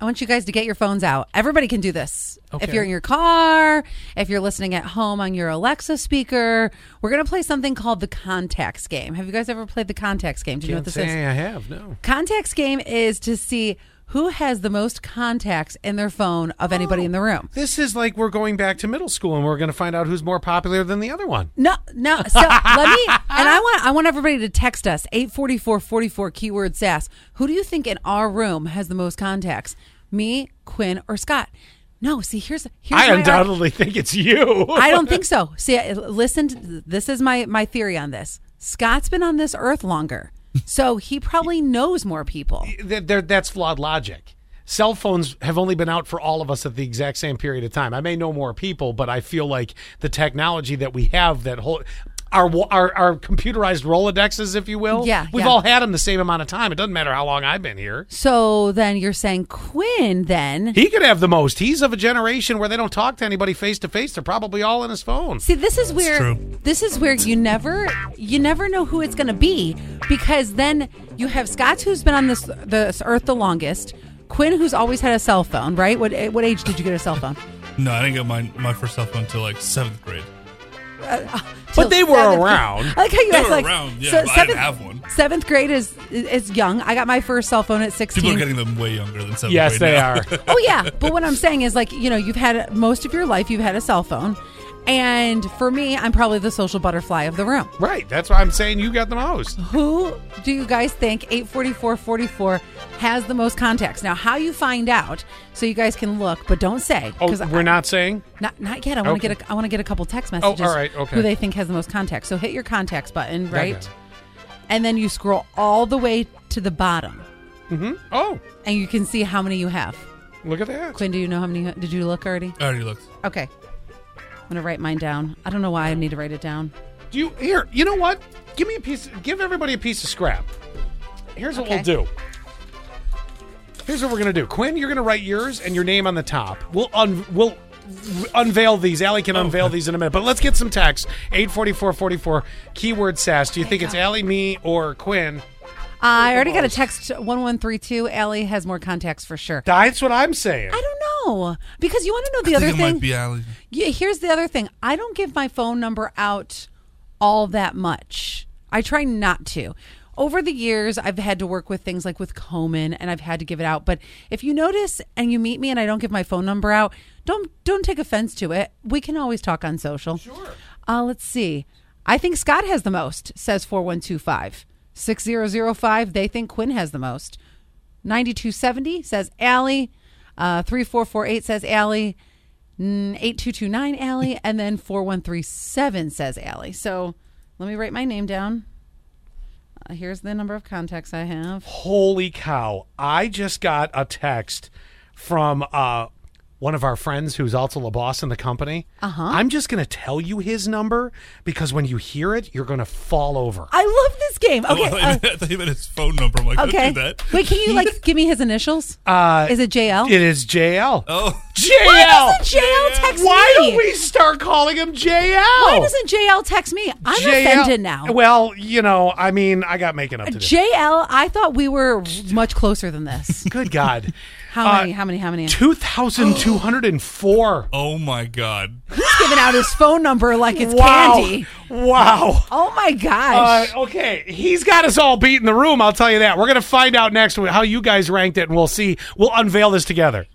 I want you guys to get your phones out. Everybody can do this. If Okay. you're in your car, if you're listening at home on your Alexa speaker, we're going to play something called the contacts game. Have you guys ever played the contacts game? Do you know what this Can't say is? I have no. Contacts game is to see who has the most contacts in their phone of anybody in the room. This is like we're going back to middle school and we're going to find out who's more popular than the other one. No, no. So let me and I want I want everybody to text us 84444 keyword sass. Who do you think in our room has the most contacts? Me, Quinn, or Scott? No, see here's here's I my arg- undoubtedly think it's you. I don't think so. See, I- listen, to, this is my my theory on this. Scott's been on this earth longer. So he probably knows more people. Th- there- that's flawed logic. Cell phones have only been out for all of us at the exact same period of time. I may know more people, but I feel like the technology that we have, that whole our wa- our, our computerized Rolodexes, if you will, Yeah, we've yeah. all had them the same amount of time. It doesn't matter how long I've been here. So then you're saying Quinn then He could have the most. He's of a generation where they don't talk to anybody face to face. They're probably all in his phone. See, this is where true. this is where you never you never know who it's going to be because then you have Scott's who's been on this this earth the longest, Quinn who's always had a cell phone, right? What at what age did you get a cell phone? No, I didn't get my my first cell phone until like seventh grade. Till they were seventh- around. I like how you They guys were like around, yeah, so but I seventh, didn't have one. Seventh grade is is young. I got my first cell phone at sixteen. People are getting them way younger than seventh Yes, grade. they now. are. oh yeah but what i'm saying is like you know you've had most of your life you've had a cell phone and for me i'm probably the social butterfly of the room right. That's why I'm saying you got the most. who do you guys think 84444 has the most contacts now how you find out so you guys can look but don't say Oh, I- we're not saying. not not yet i want to Okay. Oh, get a i want to get a couple text messages all right, okay. who they think has the most contacts so hit your contacts button Okay. right and then you scroll all the way to the bottom Oh, and you can see how many you have look at that. quinn do you know how many did you look already I already looked. Okay. I'm gonna write mine down. I don't know why I need to write it down. Do you here? You know what? Give me a piece. Give everybody a piece of scrap. Here's what Okay. we'll do. Here's what we're gonna do. Quinn, you're gonna write yours and your name on the top. We'll un we'll unveil these. Allie Oh. can unveil these in a minute. But let's get some text. Eight forty four forty four. Keyword sass. Do you think it's Allie, me, or Quinn? I already got a text one one three two. Allie has more contacts for sure. That's what I'm saying. I don't know because you want to know the I other think it might thing. be Allie. yeah, here's the other thing. I don't give my phone number out all that much. I try not to. Over the years, I've had to work with things like with Komen, and I've had to give it out. But if you notice and you meet me and I don't give my phone number out, don't don't take offense to it. We can always talk on social. Sure. Uh, let's see. I think Scott has the most. Says four one two five six zero zero five. They think Quinn has the most. 9270 says Allie. Uh, 3448 says Allie. Mm, 8229 Allie. And then 4137 says Allie. So let me write my name down. Uh, here's the number of contacts I have. Holy cow. I just got a text from uh, one of our friends who's also a boss in the company. Uh-huh. I'm just going to tell you his number because when you hear it, you're going to fall over. I love this game. Oh, Okay. I uh, thought you meant- I thought you meant his phone number. I'm like, okay. don't do that. Wait, can you like give me his initials? Uh, Is it JL? It is JL. Oh, JL. Why doesn't JL text Why me? don't we start calling him JL? Why doesn't JL text me? I'm offended now. Well, you know, I mean, I got making up to do. JL, I thought we were much closer than this. Good God. How Uh, many? How many? How many? 2,204. oh my God. giving out his phone number like it's wow. candy. Wow. Oh my Uh, gosh. okay, he's got us all beat in the room. I'll tell you that. We're gonna find out next how you guys ranked it, and we'll see. We'll unveil this together.